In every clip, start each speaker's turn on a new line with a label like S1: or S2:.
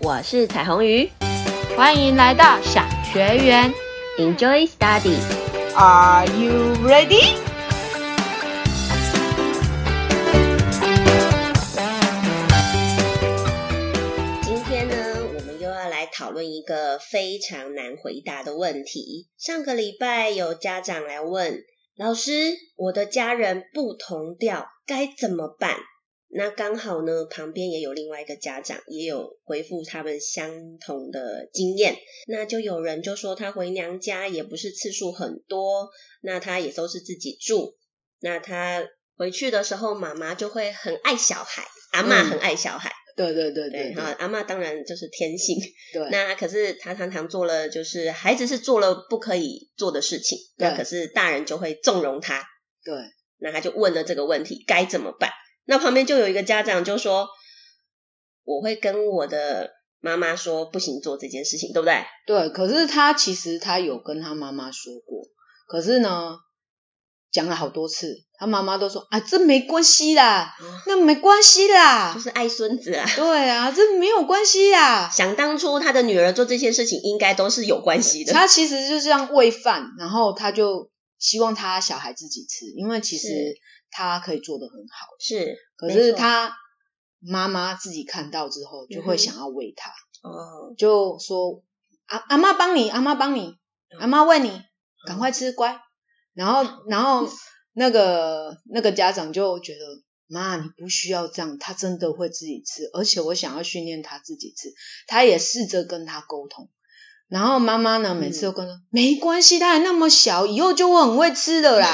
S1: 我是彩虹鱼
S2: 欢迎来到小学园。
S1: ，Enjoy Study。
S2: Are you ready？
S1: 今天呢，我们又要来讨论一个非常难回答的问题。上个礼拜有家长来问老师，我的家人不同调该怎么办？那刚好呢，旁边也有另外一个家长也有回复他们相同的经验，那就有人就说他回娘家也不是次数很多，那他也都是自己住，那他回去的时候，妈妈就会很爱小孩，阿嬷
S2: 嗯
S1: 很爱小孩。
S2: 对对对
S1: 对，
S2: 嗯对
S1: 然后阿嬷当然就是天性，
S2: 对
S1: 那可是她常常做了，就是孩子是做了不可以做的事情，
S2: 对
S1: 那可是大人就会纵容他，
S2: 对，
S1: 那他就问了这个问题该怎么办？那旁边就有一个家长就说，我会跟我的妈妈说不行做这件事情，对不对？
S2: 对，可是他其实他有跟他妈妈说过，可是呢，讲了好多次，他妈妈都说啊，这没关系啦，那没关系
S1: 啊就
S2: 啦，
S1: 是爱孙子啊。
S2: 对啊，这没有关系啦。
S1: 想当初他的女儿做这些事情，应该都是有关系的。
S2: 他其实就像喂饭，然后他就希望他小孩自己吃，因为其
S1: 是
S2: 实他可以做的很好，
S1: 是
S2: 可
S1: 没
S2: 是
S1: 错
S2: 他妈妈自己看到之后就
S1: 嗯
S2: 会
S1: 哼
S2: 想要喂他。
S1: 哦，
S2: 就说阿阿妈帮你，阿妈帮你，阿妈喂你，赶快吃乖。然后然后那个那个家长就觉得妈你不需要这样，他真的会自己吃，而且我想要训练他自己吃，他也试着跟他沟通。然后妈妈呢，每次都跟他、没关系，他还那么小，以后就会很会吃的啦。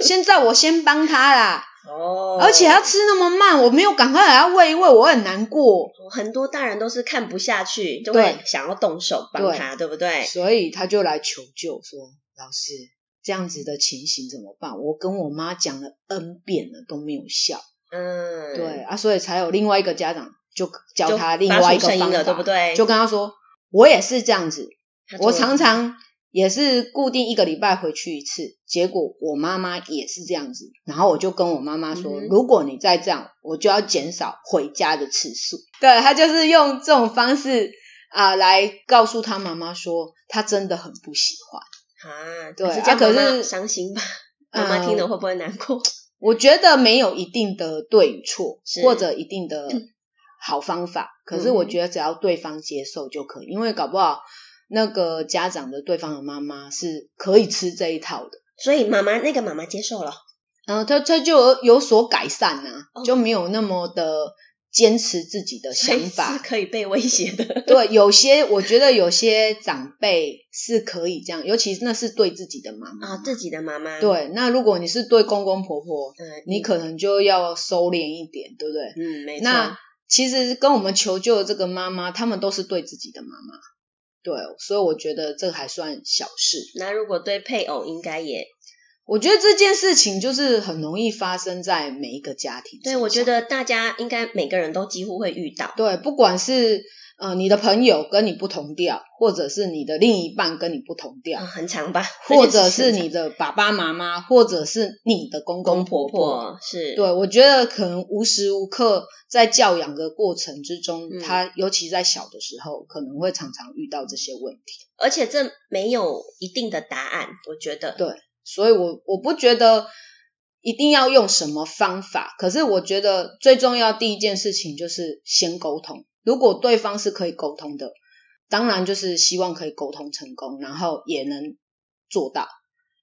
S2: 现在我先帮他啦，
S1: 哦，
S2: 而且他吃那么慢，我没有赶快给他喂一喂，我很难过。
S1: 很多大人都是看不下去，就
S2: 对
S1: 会想要动手帮
S2: 对
S1: 他，对不对？
S2: 所以他就来求救说：“老师，这样子的情形怎么办？我跟我妈讲了 N 遍了都没有效。
S1: 嗯，
S2: 对，啊，所以才有另外一个家长就教
S1: 就
S2: 他另
S1: 发
S2: 外一
S1: 出
S2: 个
S1: 声音
S2: 方
S1: 了
S2: 法，
S1: 对不对
S2: 就跟他说：“我也是这样子，
S1: 他做
S2: 我
S1: 了
S2: 常常也是固定一个礼拜回去一次，结果我妈妈也是这样子，然后我就跟我妈妈说，
S1: 嗯哼
S2: 如果你再这样，我就要减少回家的次数。对他就是用这种方式啊、来告诉他妈妈说，他真的很不喜欢。
S1: 啊，
S2: 对
S1: 是嗯
S2: 啊
S1: 这样
S2: 可
S1: 妈妈
S2: 是
S1: 伤心吧？妈妈听了会不会难过？
S2: 我觉得没有一定的对与错
S1: 是，
S2: 或者一定的好方法。可是我
S1: 嗯
S2: 觉得只要对方接受就可以，因为搞不好那个家长的对方的妈妈是可以吃这一套的。
S1: 所以妈妈那个妈妈接受了，
S2: 然后他他就有有所改善呐、
S1: 哦
S2: 就没有那么的坚持自己的
S1: 所
S2: 想
S1: 以是
S2: 法。
S1: 可以被威胁的。
S2: 对，有些我觉得有些长辈是可以这样，尤其那是对自己的妈妈。
S1: 啊，自己的妈妈，
S2: 对，那如果你是对公公婆婆，
S1: 嗯，
S2: 你可能就要收敛一点，对不对？
S1: 嗯，没错，
S2: 那其实跟我们求救的这个妈妈，他们都是对自己的妈妈。对，所以我觉得这还算小事。
S1: 那如果对配偶应该也
S2: 我觉得这件事情就是很容易发生在每一个家庭身
S1: 对，
S2: 上。
S1: 我觉得大家应该每个人都几乎会遇到，
S2: 对，不管是呃你的朋友跟你不同调，或者是你的另一半跟你不同调，
S1: 啊，很长吧，
S2: 或者是
S1: 这件
S2: 你
S1: 事
S2: 的爸爸妈妈，或者是你的公
S1: 公
S2: 公
S1: 婆
S2: 婆。
S1: 婆是，
S2: 对，我觉得可能无时无刻在教养的过程之中，
S1: 嗯
S2: 他尤其在小的时候，可能会常常遇到这些问题。
S1: 而且这没有一定的答案，我觉得，
S2: 对所以我我不觉得一定要用什么方法，可是我觉得最重要第一件事情就是先沟通。如果对方是可以沟通的，当然就是希望可以沟通成功，然后也能做到。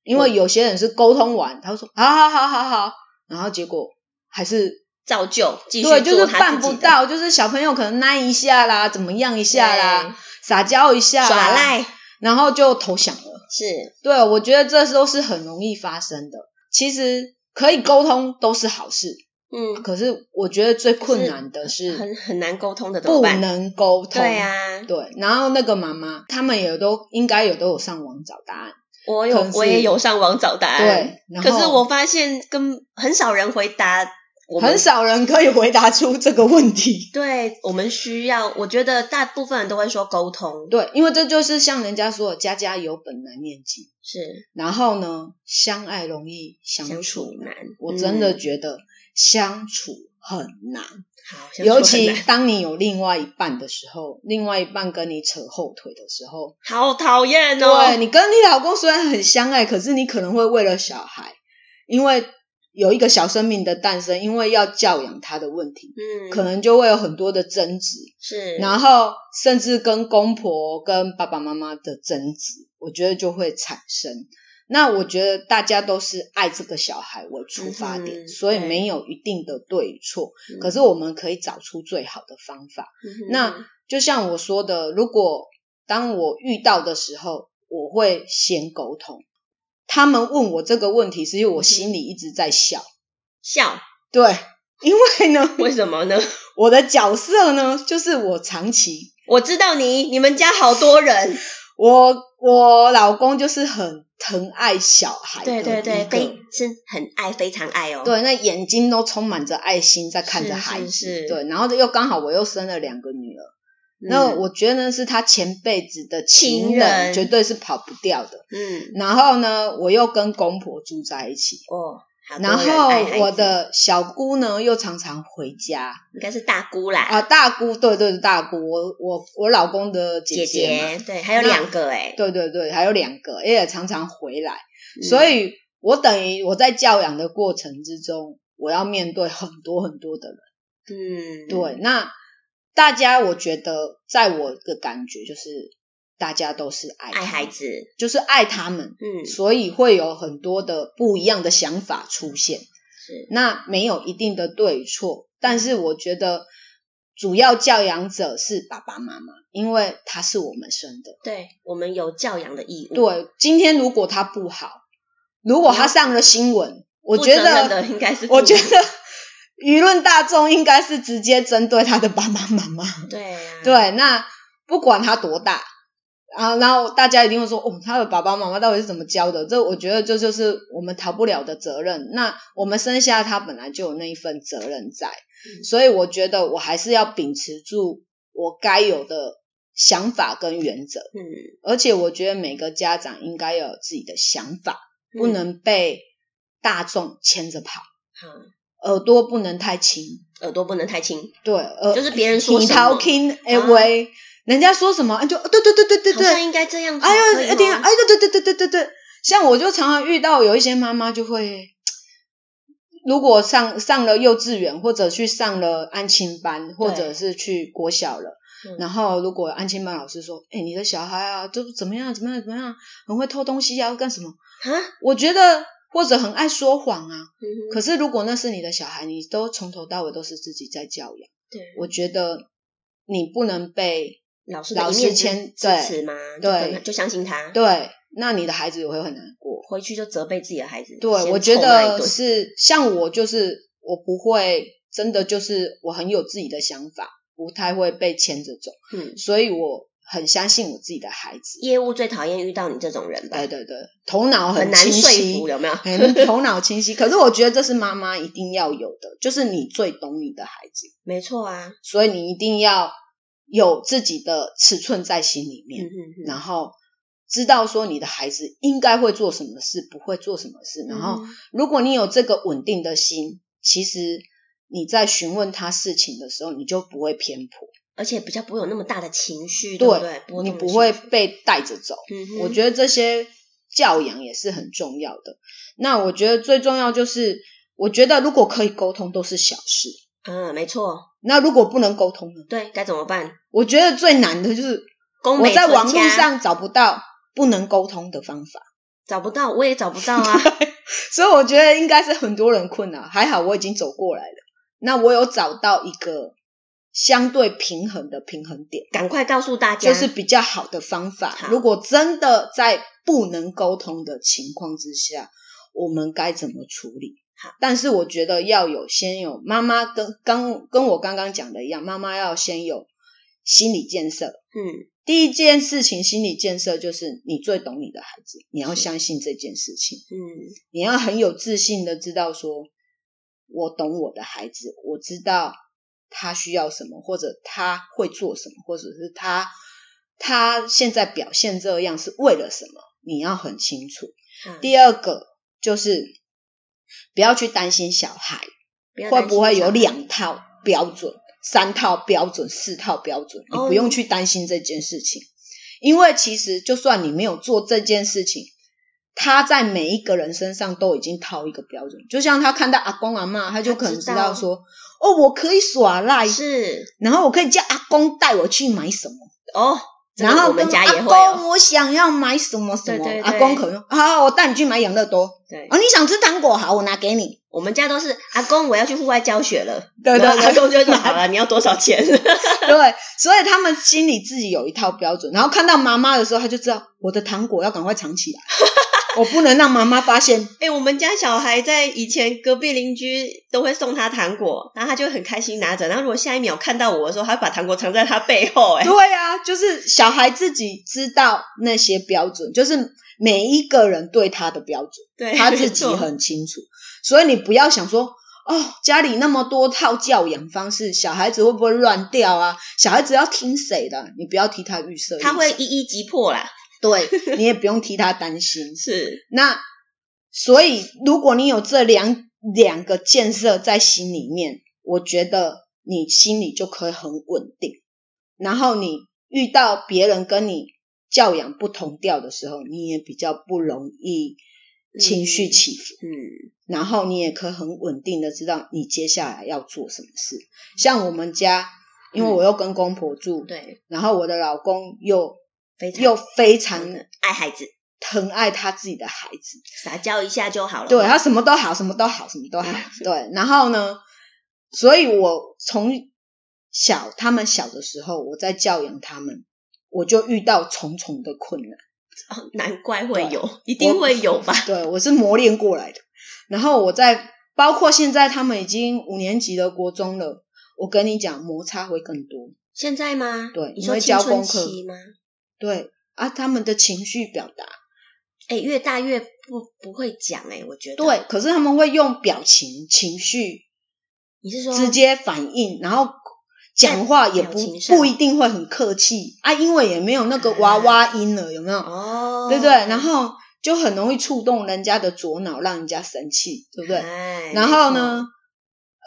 S2: 因为有些人是沟通完，他会说好好好好好，然后结果还是
S1: 照旧继续
S2: 对，就
S1: 做
S2: 是
S1: 他
S2: 办
S1: 自己的
S2: 不到，就是小朋友可能耐一下啦，怎么样一下啦，撒娇一下
S1: 对
S2: 啦，
S1: 耍赖
S2: 然后就投降了。
S1: 是
S2: 对，我觉得这都是很容易发生的。其实可以沟通都是好事，
S1: 嗯，
S2: 可是我觉得最困难的是
S1: 很很难沟通的，怎么
S2: 不
S1: 办？
S2: 能沟通。
S1: 对啊，
S2: 对。然后那个妈妈，他们也都应该也都有上网找答案。
S1: 我有
S2: 可能，是
S1: 我也有上网找答案。
S2: 对，然后
S1: 哎可是我发现跟很少人回答我们
S2: 很。少人可以回答出这个问题。
S1: 对我们需要，我觉得大部分人都会说沟通，
S2: 对，因为这就是像人家说的“家家有本难念经
S1: 是”，
S2: 然后呢，相爱容易相
S1: 相
S2: 处
S1: 处难。
S2: 我真的
S1: 嗯
S2: 觉得相处很难，
S1: 好，相处
S2: 尤
S1: 很
S2: 其
S1: 难
S2: 当你有另外一半的时 候，另外一半跟你扯后腿的时候，
S1: 好讨厌哦。
S2: 对你跟你老公虽然很相爱，可是你可能会为了小孩，因为有一个小生命的诞生，因为要教养他的问题，
S1: 嗯，
S2: 可能就会有很多的争执，
S1: 是，
S2: 然后甚至跟公婆、跟爸爸妈妈的争执，我觉得就会产生。那我觉得大家都是爱这个小孩为出发
S1: 嗯
S2: 点，
S1: 哼
S2: 所以
S1: 对
S2: 没有一定的对与错，
S1: 嗯
S2: 可是我们可以找出最好的方法。
S1: 嗯哼
S2: 那就像我说的，如果当我遇到的时候，我会先沟通。他们问我这个问题，是因为
S1: 嗯
S2: 我心里一直在笑。
S1: 笑，
S2: 对，因为呢，
S1: 为什么呢？
S2: 我的角色呢，就是我长期，
S1: 我知道你，你们家好多人，
S2: 我我老公就是很疼爱小孩的一
S1: 对
S2: 个，
S1: 对对，非是很爱，非常爱哦。，
S2: 对，那眼睛都充满着爱心在看着
S1: 是
S2: 孩子，
S1: 是是嗯
S2: 对，然后又刚好我又生了两个女儿，那我觉得呢是他前辈子的情
S1: 情人
S2: 绝对是跑不掉的。
S1: 嗯，
S2: 然后呢，我又跟公婆住在一起，
S1: 哦，好多
S2: 然
S1: 人爱孩
S2: 后我
S1: 子
S2: 的小姑呢又常常回家
S1: 应该是大姑啦，
S2: 啊，大姑对对大姑，我我我老公的
S1: 姐
S2: 姐嘛，
S1: 对，还有
S2: 那
S1: 两个哎，
S2: 对对对，还有两个也常常回来，
S1: 嗯
S2: 所以我等于我在教养的过程之中，我要面对很多很多的人。
S1: 嗯，
S2: 对，那大家我觉得，在我的感觉就是，大家都是爱
S1: 爱
S2: 他
S1: 孩
S2: 们，
S1: 子，
S2: 就是爱他们，
S1: 嗯，
S2: 所以会有很多的不一样的想法出现。
S1: 是，
S2: 那没有一定的对与错，但是我觉得主要教养者是爸爸妈妈，因为他是我们生的。
S1: 对我们有教养的义务。，
S2: 对，今天如果他不好，如
S1: 嗯
S2: 果他上了新闻，我觉
S1: 的
S2: 得，
S1: 应该是
S2: 我
S1: 父
S2: 觉
S1: 母
S2: 得 舆论大众应该是直接针对他的爸爸妈妈。
S1: 对啊，
S2: 对，那不管他多大，啊，然后大家一定会说，哦，他的爸爸妈妈到底是怎么教的？这我觉得这就是我们逃不了的责任。那我们生下他本来就有那一份责任在，
S1: 嗯
S2: 所以我觉得我还是要秉持住我该有的想法跟原则，
S1: 嗯，
S2: 而且我觉得每个家长应该要有自己的想法，不
S1: 嗯
S2: 能被大众牵着跑，
S1: 好，
S2: 耳朵不能太轻。
S1: 耳朵不能太轻，
S2: 对，呃，
S1: 就是别人说
S2: 你
S1: 什
S2: 逃
S1: 么，啊
S2: 听哎喂，人家说什么啊就哦对对对对对
S1: 好像
S2: 对，
S1: 应该这样子，
S2: 哎
S1: 可以
S2: 呦，一定要
S1: 吗
S2: 哎对对对对对对对，像我就常常遇到有一些妈妈就会，如果上上了幼稚园或者去上了安亲班，或者是去国小了
S1: 嗯。
S2: 然后，如果安亲班老师说：“哎、你的小孩啊，就是怎么样，怎么样，怎么样，很会偷东西啊，干什么
S1: 啊，？”
S2: 我觉得，或者很爱说谎啊。
S1: 嗯哼
S2: 可是，如果那是你的小孩，你都从头到尾都是自己在教养。
S1: 对，
S2: 我觉得你不能被
S1: 老师的
S2: 老
S1: 一
S2: 师
S1: 面之
S2: 牵
S1: 支持
S2: 对
S1: 吗？就
S2: 对
S1: 跟他就相信他，
S2: 对，那你的孩子也会很难过。
S1: 回去就责备自己的孩子，
S2: 对，
S1: 先
S2: 我觉
S1: 臭啊骂一
S2: 得
S1: 顿
S2: 是像我就是我不会真的就是我很有自己的想法，不太会被牵着走，
S1: 嗯，
S2: 所以我很相信我自己的孩子。
S1: 业务最讨厌遇到你这种人吧，
S2: 对对对，头脑
S1: 很
S2: 很
S1: 难
S2: 哦清
S1: 说
S2: 晰
S1: 服，，有没有？
S2: 很头脑清晰。可是我觉得这是妈妈一定要有的，就是你最懂你的孩子，
S1: 没错啊，
S2: 所以你一定要有自己的尺寸在心里
S1: 嗯
S2: 面。
S1: 嗯嗯，
S2: 然后知道说你的孩子应该会做什么事，不会做什么事。然
S1: 嗯
S2: 后，如果你有这个稳定的心，其实你在询问他事情的时候，你就不会偏颇，
S1: 而且比较不会有那么大的情绪，
S2: 对
S1: 不对？波
S2: 你
S1: 动的
S2: 不
S1: 情
S2: 会
S1: 绪，
S2: 被带着走。
S1: 嗯哼，
S2: 我觉得这些教养也是很重要的。那我觉得最重要就是，我觉得如果可以沟通都是小事，
S1: 嗯，没错，
S2: 那如果不能沟通呢？
S1: 对，该怎么办？
S2: 我觉得最难的就是
S1: 宫
S2: 我
S1: 美啊
S2: 在
S1: 存
S2: 网络
S1: 家
S2: 上找不到不能沟通的方法。
S1: 找不到，我也找不到啊。
S2: 所以我觉得应该是很多人困扰，还好我已经走过来了。那我有找到一个相对平衡的平衡点，
S1: 赶快告诉大家，
S2: 就是比较好的方法
S1: 好。
S2: 如果真的在不能沟通的情况之下，我们该怎么处理
S1: 好？
S2: 但是我觉得要有先有妈妈跟刚跟我刚刚讲的一样，妈妈要先有心理建设。
S1: 嗯，
S2: 第一件事情，心理建设就是你最懂你的孩子，你要相信这件事情。
S1: 嗯，
S2: 你要很有自信的知道说，我懂我的孩子，我知道他需要什么，或者他会做什么，或者是他他现在表现这样是为了什么，你要很清楚。
S1: 好
S2: 第二个就是不要去担心小孩，
S1: 要
S2: 会
S1: 担
S2: 不
S1: 心
S2: 会有
S1: 吵
S2: 两套标准、三套标准、四套标准？你
S1: 哦
S2: 不用去担心这件事情，因为其实就算你没有做这件事情，他在每一个人身上都已经套一个标准。就像他看到阿公阿妈，他就
S1: 他
S2: 可能
S1: 知
S2: 知道
S1: 道
S2: 说：“哦，我可以耍赖，
S1: 是
S2: 然后我可以叫阿公带我去买什么。”
S1: 哦，这个
S2: 然后
S1: 我们
S2: 跟
S1: 家也
S2: 阿
S1: 会哦，
S2: 公，我想要买什么什么，
S1: 对对对
S2: 阿公可能好，我带你去买养乐多。
S1: 对，
S2: 哦，你想吃糖果，好，我拿给你。
S1: 我们家都是阿公，我要去户外教学了，
S2: 对对
S1: 然后阿
S2: 对
S1: 公就会说好了，你要多少钱？
S2: 对，所以他们心里自己有一套标准，然后看到妈妈的时候，他就知道我的糖果要赶快 藏起来，我不能让妈妈发现。
S1: 哎、我们家小孩在以前隔壁邻居都会送他糖果，然后他就会很开心拿着，然后如果下一秒看到我的时候，他会把糖果藏在他背后、哎，
S2: 对啊，就是小孩自己知道那些标准，就是每一个人对他的标准，
S1: 对，
S2: 他
S1: 没
S2: 自己
S1: 错
S2: 很清楚。所以你不要想说。哦，家里那么多套教养方式，小孩子会不会乱掉啊？小孩子要听谁的？啊你不要替他预设 立
S1: 他
S2: 场，
S1: 会一一击破啦，
S2: 对， 你也不用替他担心。
S1: 是
S2: 那所以，如果你有这两两个建设在心里面，我觉得你心里就可以很稳定。然后你遇到别人跟你教养不同调的时候，你也比较不容易情绪起伏。
S1: 嗯，
S2: 然后你也可以很稳定的知道你接下来要做什么事。
S1: 嗯
S2: 像我们家，因为我又跟公婆住，
S1: 对，
S2: 然后我的老公又
S1: 非常
S2: 又非
S1: 真
S2: 常
S1: 的爱孩子，
S2: 疼爱他自己的孩子，
S1: 撒娇一下就好了，
S2: 对他什么都好，什么都好，什么都好。对，然后呢，所以我从小他们小的时候，我在教养他们，我就遇到重重的困难，
S1: 哦，难怪会有，一定会有吧？
S2: 对我是磨练过来的。然后我在包括现在他们已经五年级了，国中了，我跟你讲，摩擦会更多。
S1: 现在吗？
S2: 对
S1: 你
S2: 因
S1: 说
S2: 为
S1: 青
S2: 教
S1: 春
S2: 功课
S1: 期吗？
S2: 对啊，他们的情绪表达，
S1: 哎、越大越不不会讲哎、我觉得
S2: 对，，可是他们会用表情、情绪
S1: 你是说
S2: 直接反应，然后讲话也
S1: 在表
S2: 不
S1: 情上
S2: 不一定会很客气啊，因为也没有那个娃娃音了，有没有？
S1: 哦，
S2: 对不对？然后就很容易触动人家的左脑，让人家生气，对不对？
S1: 哎
S2: 然后呢，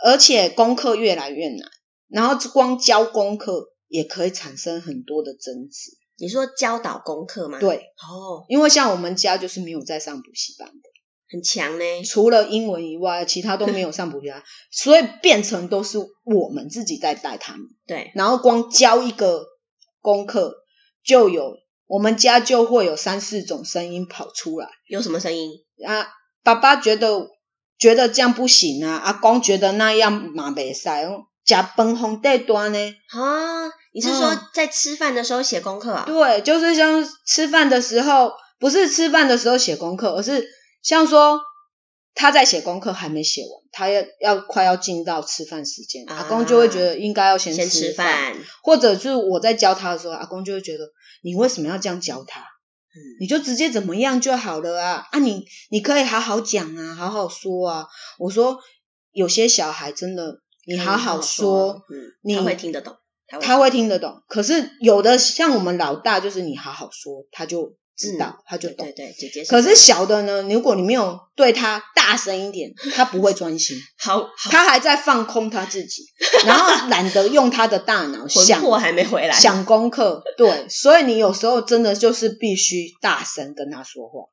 S2: 而且功课越来越难，然后光教功课也可以产生很多的争执。
S1: 你说教导功课吗？，
S2: 对，
S1: 哦，
S2: 因为像我们家就是没有在上补习班的，
S1: 很强呢。
S2: 除了英文以外，其他都没有上补习班，所以变成都是我们自己在带他们。
S1: 对，
S2: 然后光教一个功课就有，我们家就会有三四种声音跑出来
S1: 有什么声音？
S2: 啊。爸爸觉得觉得这样不行啊，阿公觉得那样嘛袂使哦，食饭红带端呢。
S1: 啊，你是说
S2: 嗯
S1: 在吃饭的时候写功课啊？
S2: 对，就是像吃饭的时候，不是吃饭的时候写功课，而是像说他在写功课还没写完，他要要快要进到吃饭时间，
S1: 啊
S2: 阿公就会觉得应该要先
S1: 先吃
S2: 饭。
S1: 饭，
S2: 或者是我在教他的时候，阿公就会觉得你为什么要这样教他？
S1: 嗯
S2: 你就直接怎么样就好了啊！啊你，你可以好好讲啊，好好说啊。我说有些小孩真的，你好好说，
S1: 嗯，
S2: 你
S1: 他会听得懂，他会
S2: 他会听得懂。可是有的像我们老大，就是你好好说，他就知道，他就
S1: 嗯对
S2: 懂
S1: 对。对，姐姐。
S2: 可是小的呢，如果你没有对他大声一点，他不会专心，
S1: 好 好
S2: 他还在放空他自己，然后懒得用他的大脑
S1: 魂
S2: 想
S1: 魄还没回来，
S2: 想功课，对，所以你有时候真的就是必须大声跟他说话，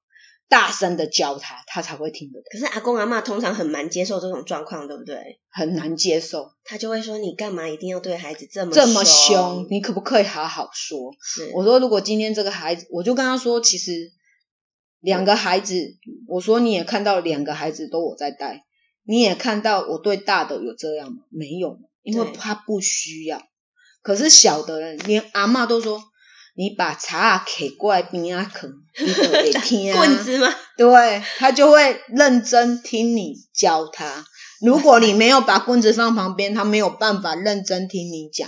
S2: 大声的教他，他才会听得懂，
S1: 可是阿公阿妈通常很难接受这种状况，对不对？
S2: 很难接受
S1: 他就会说：“你干嘛一定要对孩子这么
S2: 这么
S1: 凶
S2: 凶，？”你可不可以好好说？
S1: 是，
S2: 我说，如果今天这个孩子，我就跟他说，其实两个孩子，我说你也看到两个孩子都我在带，你也看到我对大的有这样吗？没有，因为
S1: 对
S2: 他不需要。可是小的人连阿嬷都说，你把茶啊给过来边啊啃，你就会听 啊。
S1: 棍子吗？
S2: 对他就会认真听你教他。如果你没有把棍子放旁边，他没有办法认真听你讲。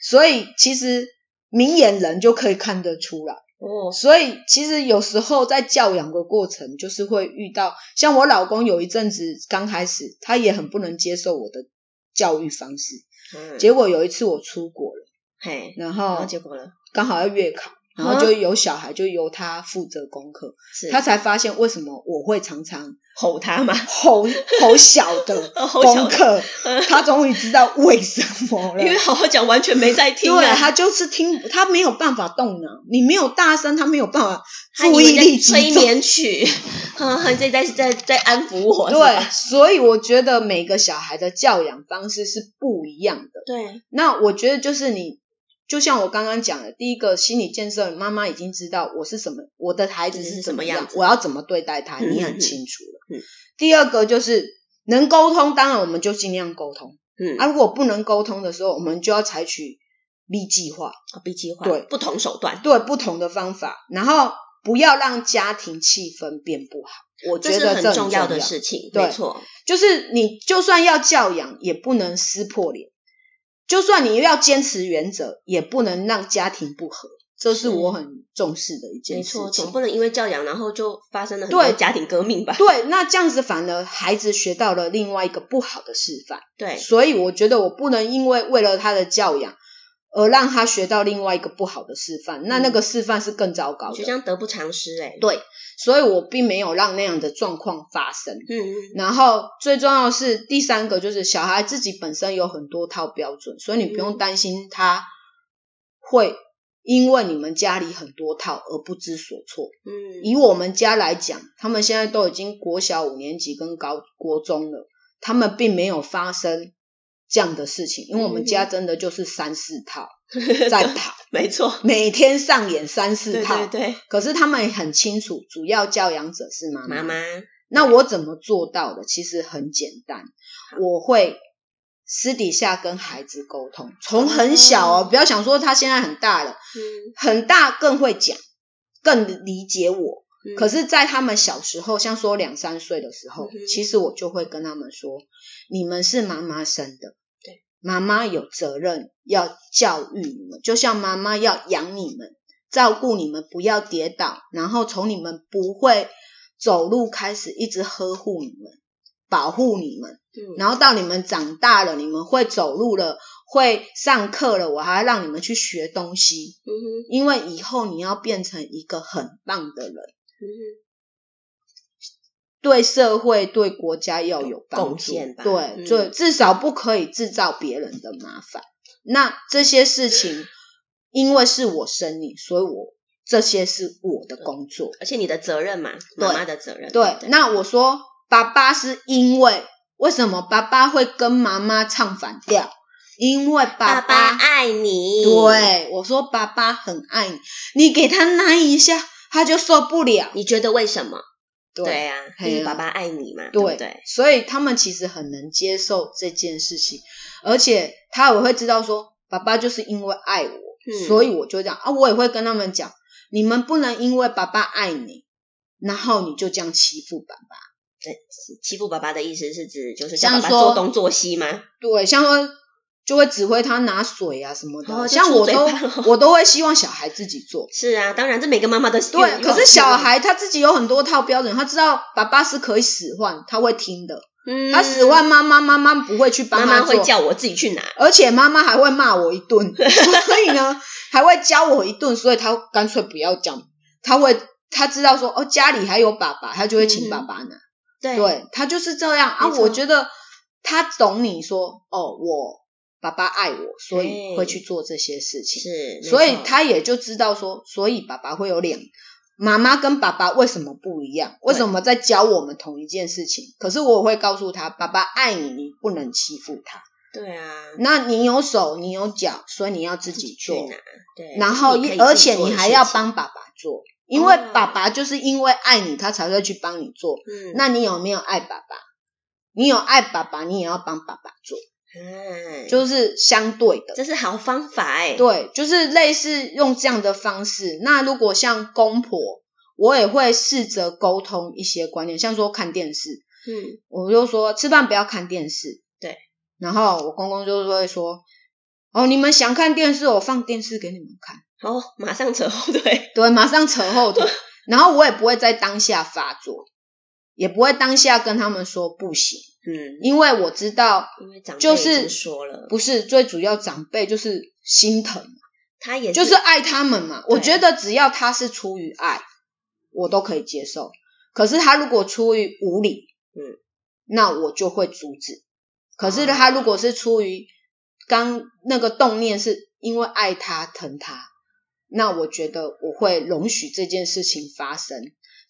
S2: 所以其实明眼人就可以看得出来。
S1: 哦，
S2: 所以其实有时候在教养的过程，就是会遇到像我老公有一阵子刚开始，他也很不能接受我的教育方式。
S1: 嗯，
S2: 结果有一次我出国了，
S1: 嘿，
S2: 然
S1: 然后
S2: 后
S1: 结果呢？
S2: 刚好要月考，然后就有小孩就由他负责功课，
S1: 是
S2: 他才发现为什么我会常常
S1: 吼他嘛，
S2: 吼吼小 的
S1: 吼小的嗯
S2: 功课， 他终于知道为什么了
S1: 因。为好好讲完全没在听
S2: 对，
S1: 啊，
S2: 他就是听，他没有办法动脑，你没有大声，他没有办法
S1: 他以
S2: 注
S1: 为
S2: 意
S1: 在
S2: 力集
S1: 催
S2: 中。
S1: 眠曲， 啊，在在在在安抚 我，是
S2: 对
S1: 吧，
S2: 所以我觉得每个小孩的教养方式是不一样的。
S1: 对，
S2: 那我觉得就是你，就像我刚刚讲的，第一个心理建设，妈妈已经知道我是什么，我的孩子
S1: 你是
S2: 是
S1: 什
S2: 怎
S1: 么
S2: 么
S1: 样
S2: 样，
S1: 子
S2: 我要怎么对待他，
S1: 嗯
S2: 你
S1: 嗯
S2: 很
S1: 嗯
S2: 清楚了。
S1: 嗯
S2: 第二个就是能沟通，当然我们就尽量沟通。
S1: 嗯，
S2: 啊，如果不能沟通的时候，我们就要采取 B 计划，
S1: B 计划，
S2: 对
S1: 不同手段，
S2: 对不同的方法，然后不要让家庭气氛变不好。我觉
S1: 这是
S2: 得这
S1: 很
S2: 很
S1: 重要
S2: 要
S1: 的事情，
S2: 对
S1: 没错，
S2: 就是你就算要教养，也不能撕破脸；就算你要坚持原则，也不能让家庭不和。这是我很重视的一
S1: 没
S2: 件事
S1: 错，总
S2: 情。
S1: 不能因为教养然后就发生了很
S2: 对
S1: 多家庭革命吧？
S2: 对，那这样子反而孩子学到了另外一个不好的示范，
S1: 对，
S2: 所以我觉得我不能因为为了他的教养而让他学到另外一个不好的示范，那那个示范是更糟糕
S1: 嗯就
S2: 的。
S1: 像得不偿失哎，
S2: 对，所以我并没有让那样的状况发生。
S1: 嗯嗯，
S2: 然后最重要的是第三个就是小孩自己本身有很多套标准，所以你不用担心他会因为你们家里很多套而不知所措。
S1: 嗯，
S2: 以我们家来讲，他们现在都已经国小五年级跟高国中了，他们并没有发生这样的事情，因为我
S1: 嗯
S2: 们家真的就是三 四套在跑，
S1: 没错，
S2: 每天上演三四
S1: 对
S2: 套。
S1: 对对，
S2: 可是他们很清楚，主要教养者是妈
S1: 妈妈，
S2: 那我怎么做到的？其实很简单，我会私底下跟孩子沟通，从很小哦，不要想说他现在很大了，
S1: 嗯，
S2: 很大更会讲，更理解我。
S1: 嗯
S2: 可是，在他们小时候，像说两三岁的时候，
S1: 嗯哼
S2: 其实我就会跟他们说，你们是妈妈生的，
S1: 对，
S2: 妈妈有责任要教育你们，就像妈妈要养你们，照顾你们，不要跌倒，然后从你们不会走路开始，一直呵护你们，保护你们，
S1: 嗯
S2: 然后到你们长大了，你们会走路了，会上课了，我还要让你们去学东西，
S1: 嗯哼
S2: 因为以后你要变成一个很棒的人。
S1: 嗯哼
S2: 对社会、对国家要有帮助
S1: 贡献吧
S2: 对，
S1: 嗯
S2: 最、至少不可以制造别人的麻烦。那这些事情，因为是我生你，所以我这些是我的工作。
S1: 而且你的责任嘛，妈妈的责任，
S2: 对，
S1: 对
S2: 那我说爸爸是因为为什么爸爸会跟妈妈唱反调？因为
S1: 爸
S2: 爸
S1: 爸爱你，，
S2: 对我说爸爸很爱你，你给他拉一下，他就受不了。
S1: 你觉得为什么？对啊，
S2: 嘿啊
S1: 因为爸爸爱你嘛，对
S2: 对
S1: 不对？
S2: 所以他们其实很能接受这件事情，而且他也会知道说，爸爸就是因为爱我，
S1: 嗯
S2: 所以我就这样啊，我也会跟他们讲，你们不能因为爸爸爱你，然后你就这样欺负爸爸。
S1: 欺负爸爸的意思是指就是叫
S2: 像
S1: 爸爸
S2: 说
S1: 做东做西吗？
S2: 对，像说就会指挥他拿水啊什么的，
S1: 哦就
S2: 像
S1: 出
S2: 我
S1: 嘴
S2: 都
S1: 巴 了
S2: 我都会希望小孩自己做。
S1: 是啊，当然这每个妈妈的
S2: 对，
S1: 愿
S2: 可
S1: 望
S2: 是小，孩他自己有很多套标准，他知道爸爸是可以使唤，他会听的。
S1: 嗯
S2: 他使唤妈妈，妈妈不会去帮
S1: 妈
S2: 他
S1: 妈
S2: 做。
S1: 会叫我自己去拿，
S2: 而且妈妈还会骂我一 顿，所以呢，还会教我一顿，所以他干脆不要讲，他会他知道说哦，家里还有爸爸，他就会请爸爸拿，
S1: 嗯对
S2: 对他就是这样啊。
S1: 没错
S2: 我觉得他懂你说哦，我爸爸爱我，所以
S1: 对
S2: 会去做这些事情，
S1: 是，
S2: 所以
S1: 没错
S2: 他也就知道说，所以爸爸会有两。妈妈跟爸爸为什么不一样？为什么在教我们同一件事情？可是我会告诉他，爸爸爱你，你不能欺负他。
S1: 对啊，
S2: 那你有手，你有脚，所以你要自己
S1: 去
S2: 做
S1: 拿，，对，
S2: 然后
S1: 你可以自
S2: 而
S1: 己
S2: 且
S1: 做
S2: 你
S1: 的
S2: 还
S1: 事
S2: 要
S1: 情，
S2: 帮爸爸做，因为
S1: 哦
S2: 爸爸就是因为爱你，他才会去帮你做。
S1: 嗯，
S2: 那你有没有爱爸爸？你有爱爸爸，你也要帮爸爸做，
S1: 哎，
S2: 就是相对的。
S1: 这是好方法哎，
S2: 对，就是类似用这样的方式。那如果像公婆，我也会试着沟通一些观念，像说看电视，
S1: 嗯，
S2: 我就说吃饭不要看电视。
S1: 对，
S2: 然后我公公就会说：“哦，你们想看电视，我放电视给你们看。
S1: 哦，马上扯后腿，”
S2: 对，马上扯后腿，然后我也不会在当下发作，也不会当下跟他们说不行，
S1: 嗯，
S2: 因为我知道
S1: 因为长辈
S2: 就
S1: 已经
S2: 是
S1: 说了，
S2: 不是最主要长辈就是心疼，
S1: 他也
S2: 就是爱他们嘛。我
S1: 对
S2: 觉得只要他是出于爱，我都可以接受。可是他如果出于无理，
S1: 嗯，啊
S2: 那我就会阻止。可是他如果是出于刚那个动念，是因为爱他、疼他，那我觉得我会容许这件事情发生。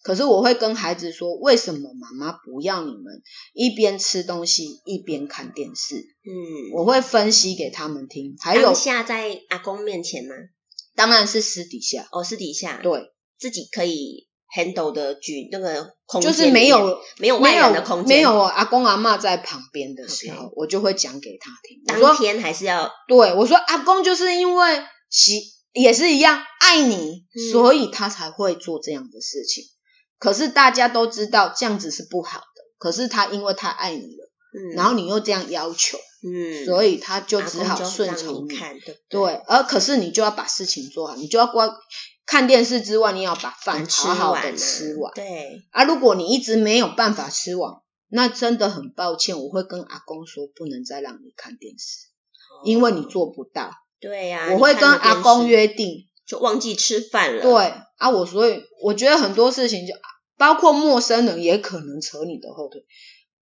S2: 可是我会跟孩子说，为什么妈妈不要你们一边吃东西一边看电视？
S1: 嗯，
S2: 我会分析给他们听。还有
S1: 当，下在阿公面前吗？
S2: 当然是私底下，
S1: 哦，私底下
S2: 对，
S1: 自己可以 handle 的举那个空间
S2: 就
S1: 里面，
S2: 是没有
S1: 没有
S2: 没
S1: 外人的
S2: 有
S1: 空间，
S2: 没有阿公阿嬷在旁边的时候我就会讲给他听。我
S1: 当
S2: 说，
S1: 天还是要嗯
S2: 对我说，阿公就是因为喜也是一样爱你，
S1: 嗯
S2: 所以他才会做这样的事情。可是大家都知道这样子是不好的，可是他因为太爱你了，
S1: 嗯，
S2: 然后你又这样要求，
S1: 嗯，
S2: 所以他就
S1: 阿
S2: 只
S1: 公
S2: 好
S1: 就
S2: 顺
S1: 让
S2: 从
S1: 你看，对不对
S2: 对，而可是你就要把事情做好，你就要光看电视之外，你要把
S1: 把
S2: 饭
S1: 吃
S2: 好好
S1: 完
S2: 的
S1: 啊
S2: 吃完
S1: 对，
S2: 啊。如果你一直没有办法吃完，那真的很抱歉，我会跟阿公说不能再让你看电视，因为你做不到。
S1: 对呀、
S2: 我
S1: 哦啊你
S2: 会
S1: 看
S2: 跟
S1: 着电
S2: 阿公
S1: 视
S2: 约定，
S1: 就忘记吃饭了，
S2: 对啊，我所以我觉得很多事情就包括陌生人也可能扯你的后腿，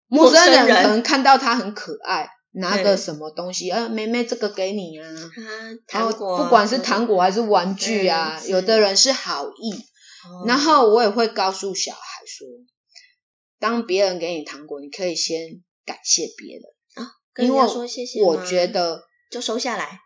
S2: 陌
S1: 陌
S2: 生
S1: 生
S2: 人
S1: 人
S2: 可能看到他很可爱，拿
S1: 对
S2: 个什么东西，啊，妹妹这个给你 啊。
S1: 啊，
S2: 然
S1: 糖果
S2: 后
S1: 啊
S2: 不管是糖，果还是玩具啊，
S1: 对是
S2: 有的人是好意，
S1: 哦
S2: 然后我也会告诉小孩说，当别人给你糖果，你可以先感谢别人，
S1: 跟人
S2: 因
S1: 家
S2: 为
S1: 说谢谢吗，
S2: 我觉得
S1: 就收下来，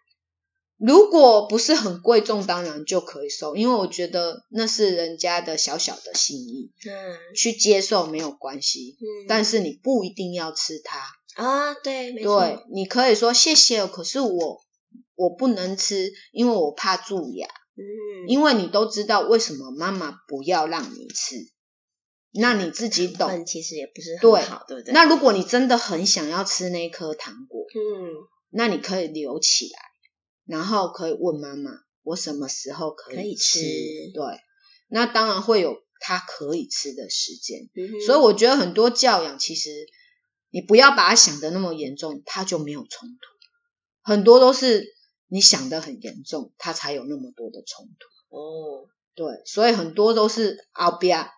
S2: 如果不是很贵重，当然就可以收，因为我觉得那是人家的小小的心意，
S1: 嗯
S2: 去接受没有关系，
S1: 嗯，
S2: 但是你不一定要吃它，
S1: 啊，对，没错，
S2: 对，你可以说谢谢，可是我我不能吃，因为我怕蛀牙。
S1: 嗯，
S2: 因为你都知道为什么妈妈不要让你吃，那你自己
S1: 糖分
S2: 懂。
S1: 其实也不是很
S2: 对
S1: 好，对不对？
S2: 那如果你真的很想要吃那颗糖果，
S1: 嗯，
S2: 那你可以留起来，然后可以问妈妈，我什么时候可
S1: 可以
S2: 以
S1: 吃
S2: 对，那当然会有他可以吃的时间。
S1: 嗯哼
S2: 所以我觉得很多教养其实你不要把它想的那么严重，它就没有冲突。很多都是你想的很严重，它才有那么多的冲突。
S1: 哦，
S2: 对，所以很多都是后边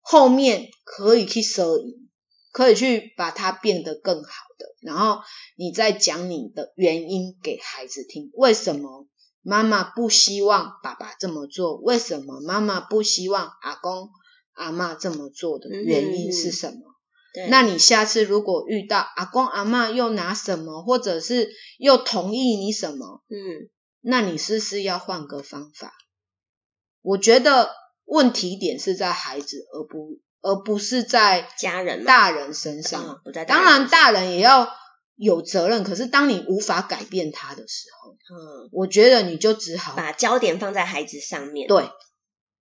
S2: 后面可以去摄影，可以去把它变得更好的，然后你再讲你的原因给孩子听，为什么妈妈不希望爸爸这么做？为什么妈妈不希望阿公阿嬷这么做的原因是什么？
S1: 对，
S2: 那你下次如果遇到阿公阿嬷又拿什么，或者是又同意你什么，
S1: 嗯
S2: 那你是不是要换个方法？我觉得问题点是在孩子，而不而不是在
S1: 家人嘛
S2: 大人身
S1: 嗯
S2: 上。
S1: 不在
S2: 当
S1: 人
S2: 然，大人也要有责任，可是当你无法改变他的时候，
S1: 嗯，
S2: 我觉得你就只好
S1: 把焦点放在孩子上面，
S2: 对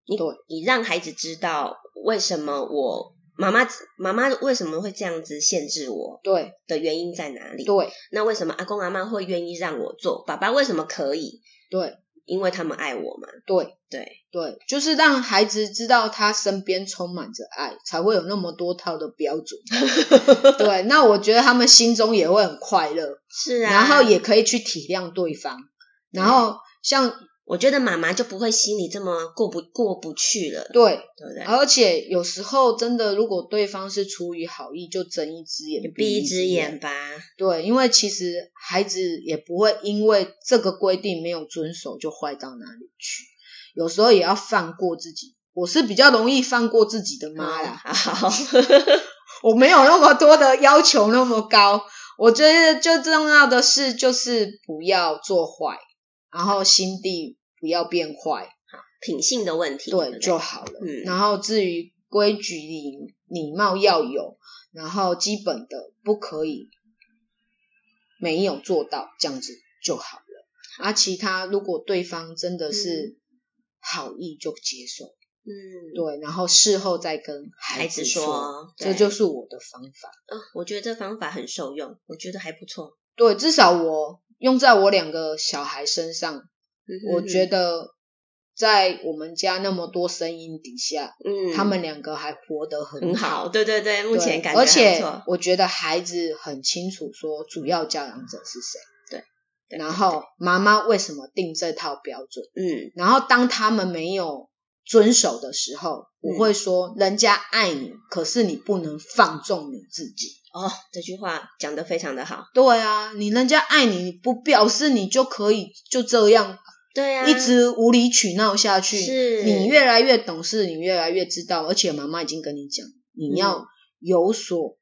S1: 你
S2: 对
S1: 你让孩子知道为什么我妈妈妈妈为什么会这样子限制我
S2: 对
S1: 的原因在哪里？
S2: 对
S1: 那为什么阿公阿妈会愿意让我做？爸爸为什么可以？
S2: 对
S1: 因为他们爱我嘛。
S2: 对
S1: 对，
S2: 对，就是让孩子知道他身边充满着爱，才会有那么多套的标 准。对，那我觉得他们心中也会很快乐，
S1: 是啊。
S2: 然后也可以去体谅对方，然后像
S1: 我觉得妈妈就不会心里这么过不过不去了，
S2: 对
S1: 对不对？
S2: 而且有时候真的，如果对方是出于好意，就睁一只眼
S1: 闭一
S2: 只
S1: 只眼。吧。
S2: 对，因为其实孩子也不会因为这个规定没有遵守就坏到哪里去，有时候也要放过自己。我是比较容易放过自己的妈啦，
S1: 嗯好，
S2: 我没有那么多的要求那么高。我觉得最重要的是就是不要做坏，然后心地不要变坏，
S1: 品性的问题，
S2: 对
S1: 不
S2: 就好了。
S1: 嗯
S2: 然后至于规矩礼礼貌要有，然后基本的不可以没有做到，这样子就好了。啊，其他如果对方真的是好意就接受，
S1: 嗯，
S2: 对，然后事后再跟
S1: 孩
S2: 孩
S1: 子
S2: 子
S1: 说，
S2: 这
S1: 对
S2: 就是我的方法。
S1: 啊，我觉得这方法很受用，我觉得还不错。
S2: 对，至少我用在我两个小孩身上，
S1: 嗯
S2: 我觉
S1: 得，
S2: 得在我们家那么多声音底下，
S1: 嗯，
S2: 他们两个还活得很
S1: 很好，对对对，目
S2: 对
S1: 前感觉还
S2: 而
S1: 不
S2: 且
S1: 错，
S2: 我觉得孩子很清楚说主要教养者是谁。
S1: 对对
S2: 然后妈妈为什么定这套标准？
S1: 嗯
S2: 然后当他们没有遵守的时候，
S1: 嗯
S2: 我会说人家爱你，可是你不能放纵你自己。
S1: 哦，这句话讲得非常的好，
S2: 对啊，你人家爱你，不表示你就可以就这样
S1: 对啊，
S2: 一直无理取闹下去。
S1: 是
S2: 你越来越懂事，你越来越知道，而且妈妈已经跟你讲，
S1: 嗯
S2: 你要有所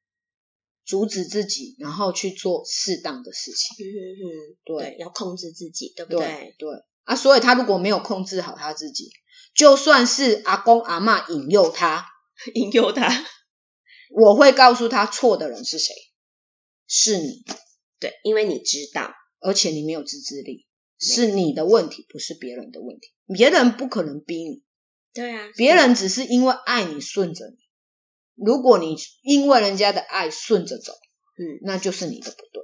S2: 阻止自己，然后去做适当的事情。
S1: 嗯哼哼，
S2: 对
S1: 对，要控制自己，对不
S2: 对对啊，所以他如果没有控制好他自己，就算是阿公阿嬷引诱他，
S1: 引诱他，
S2: 我会告诉他错的人是谁，是你，
S1: 对，因为你知道，
S2: 而且你没有自制力，是你的问题，不是别人的问题。别人不可能逼你，
S1: 对啊，
S2: 别人只是因为爱你顺着你。如果你因为人家的爱顺着走，
S1: 嗯，
S2: 那就是你的不对。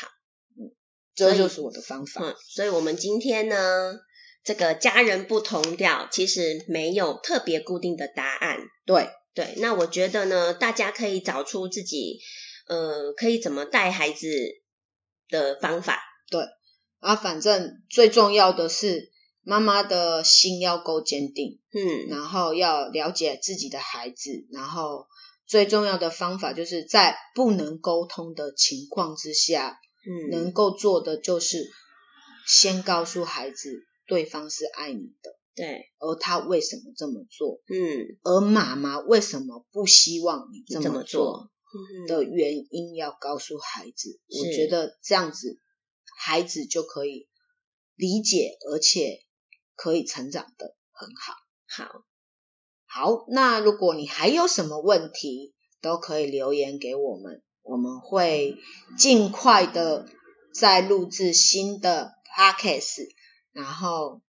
S1: 好，
S2: 嗯，
S1: 所
S2: 这
S1: 以
S2: 就是我的方法。
S1: 嗯，所以我们今天呢，这个家人不同调，其实没有特别固定的答案。
S2: 对，
S1: 对，那我觉得呢，大家可以找出自己，呃，可以怎么带孩子的方法。
S2: 啊，反正最重要的是妈妈的心要够坚定。
S1: 嗯
S2: 然后要了解自己的孩子，然后最重要的方法就是在不能沟通的情况之下，能
S1: 嗯，
S2: 够做的就是先告诉孩子对方是爱你的，
S1: 对，
S2: 而他为什么这么做，
S1: 嗯，
S2: 而妈妈为什么不希望你这
S1: 怎
S2: 么
S1: 么做
S2: 做
S1: 嗯
S2: 的原因要告诉孩子。我
S1: 是
S2: 觉得这样子，孩子就可以理解，而且可以成长的很好。
S1: 好，
S2: 好，那如果你还有什么问题，都可以留言给我们，我们会尽快的再录制新的 podcast，然后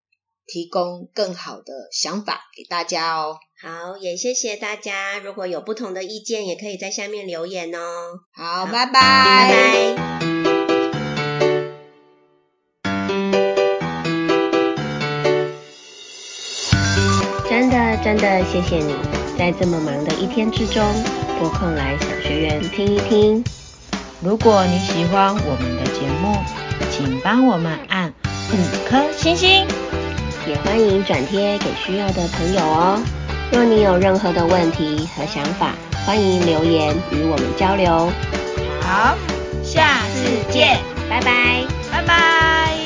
S2: 提供更好的想法给大家哦。
S1: 好，也谢谢大家。如果有不同的意见，也可以在下面留言哦。
S2: 好，
S1: 好
S2: 拜拜。
S1: 拜拜。
S3: 真的真的谢谢你，在这么忙的一天之中，拨空来小学院听一听。
S4: 如果你喜欢我们的节目，请帮我们按五颗星星。
S3: 也欢迎转贴给需要的朋友哦。若你有任何的问题和想法，欢迎留言与我们交流。
S4: 好，下次见，
S3: 拜拜。
S4: 拜拜。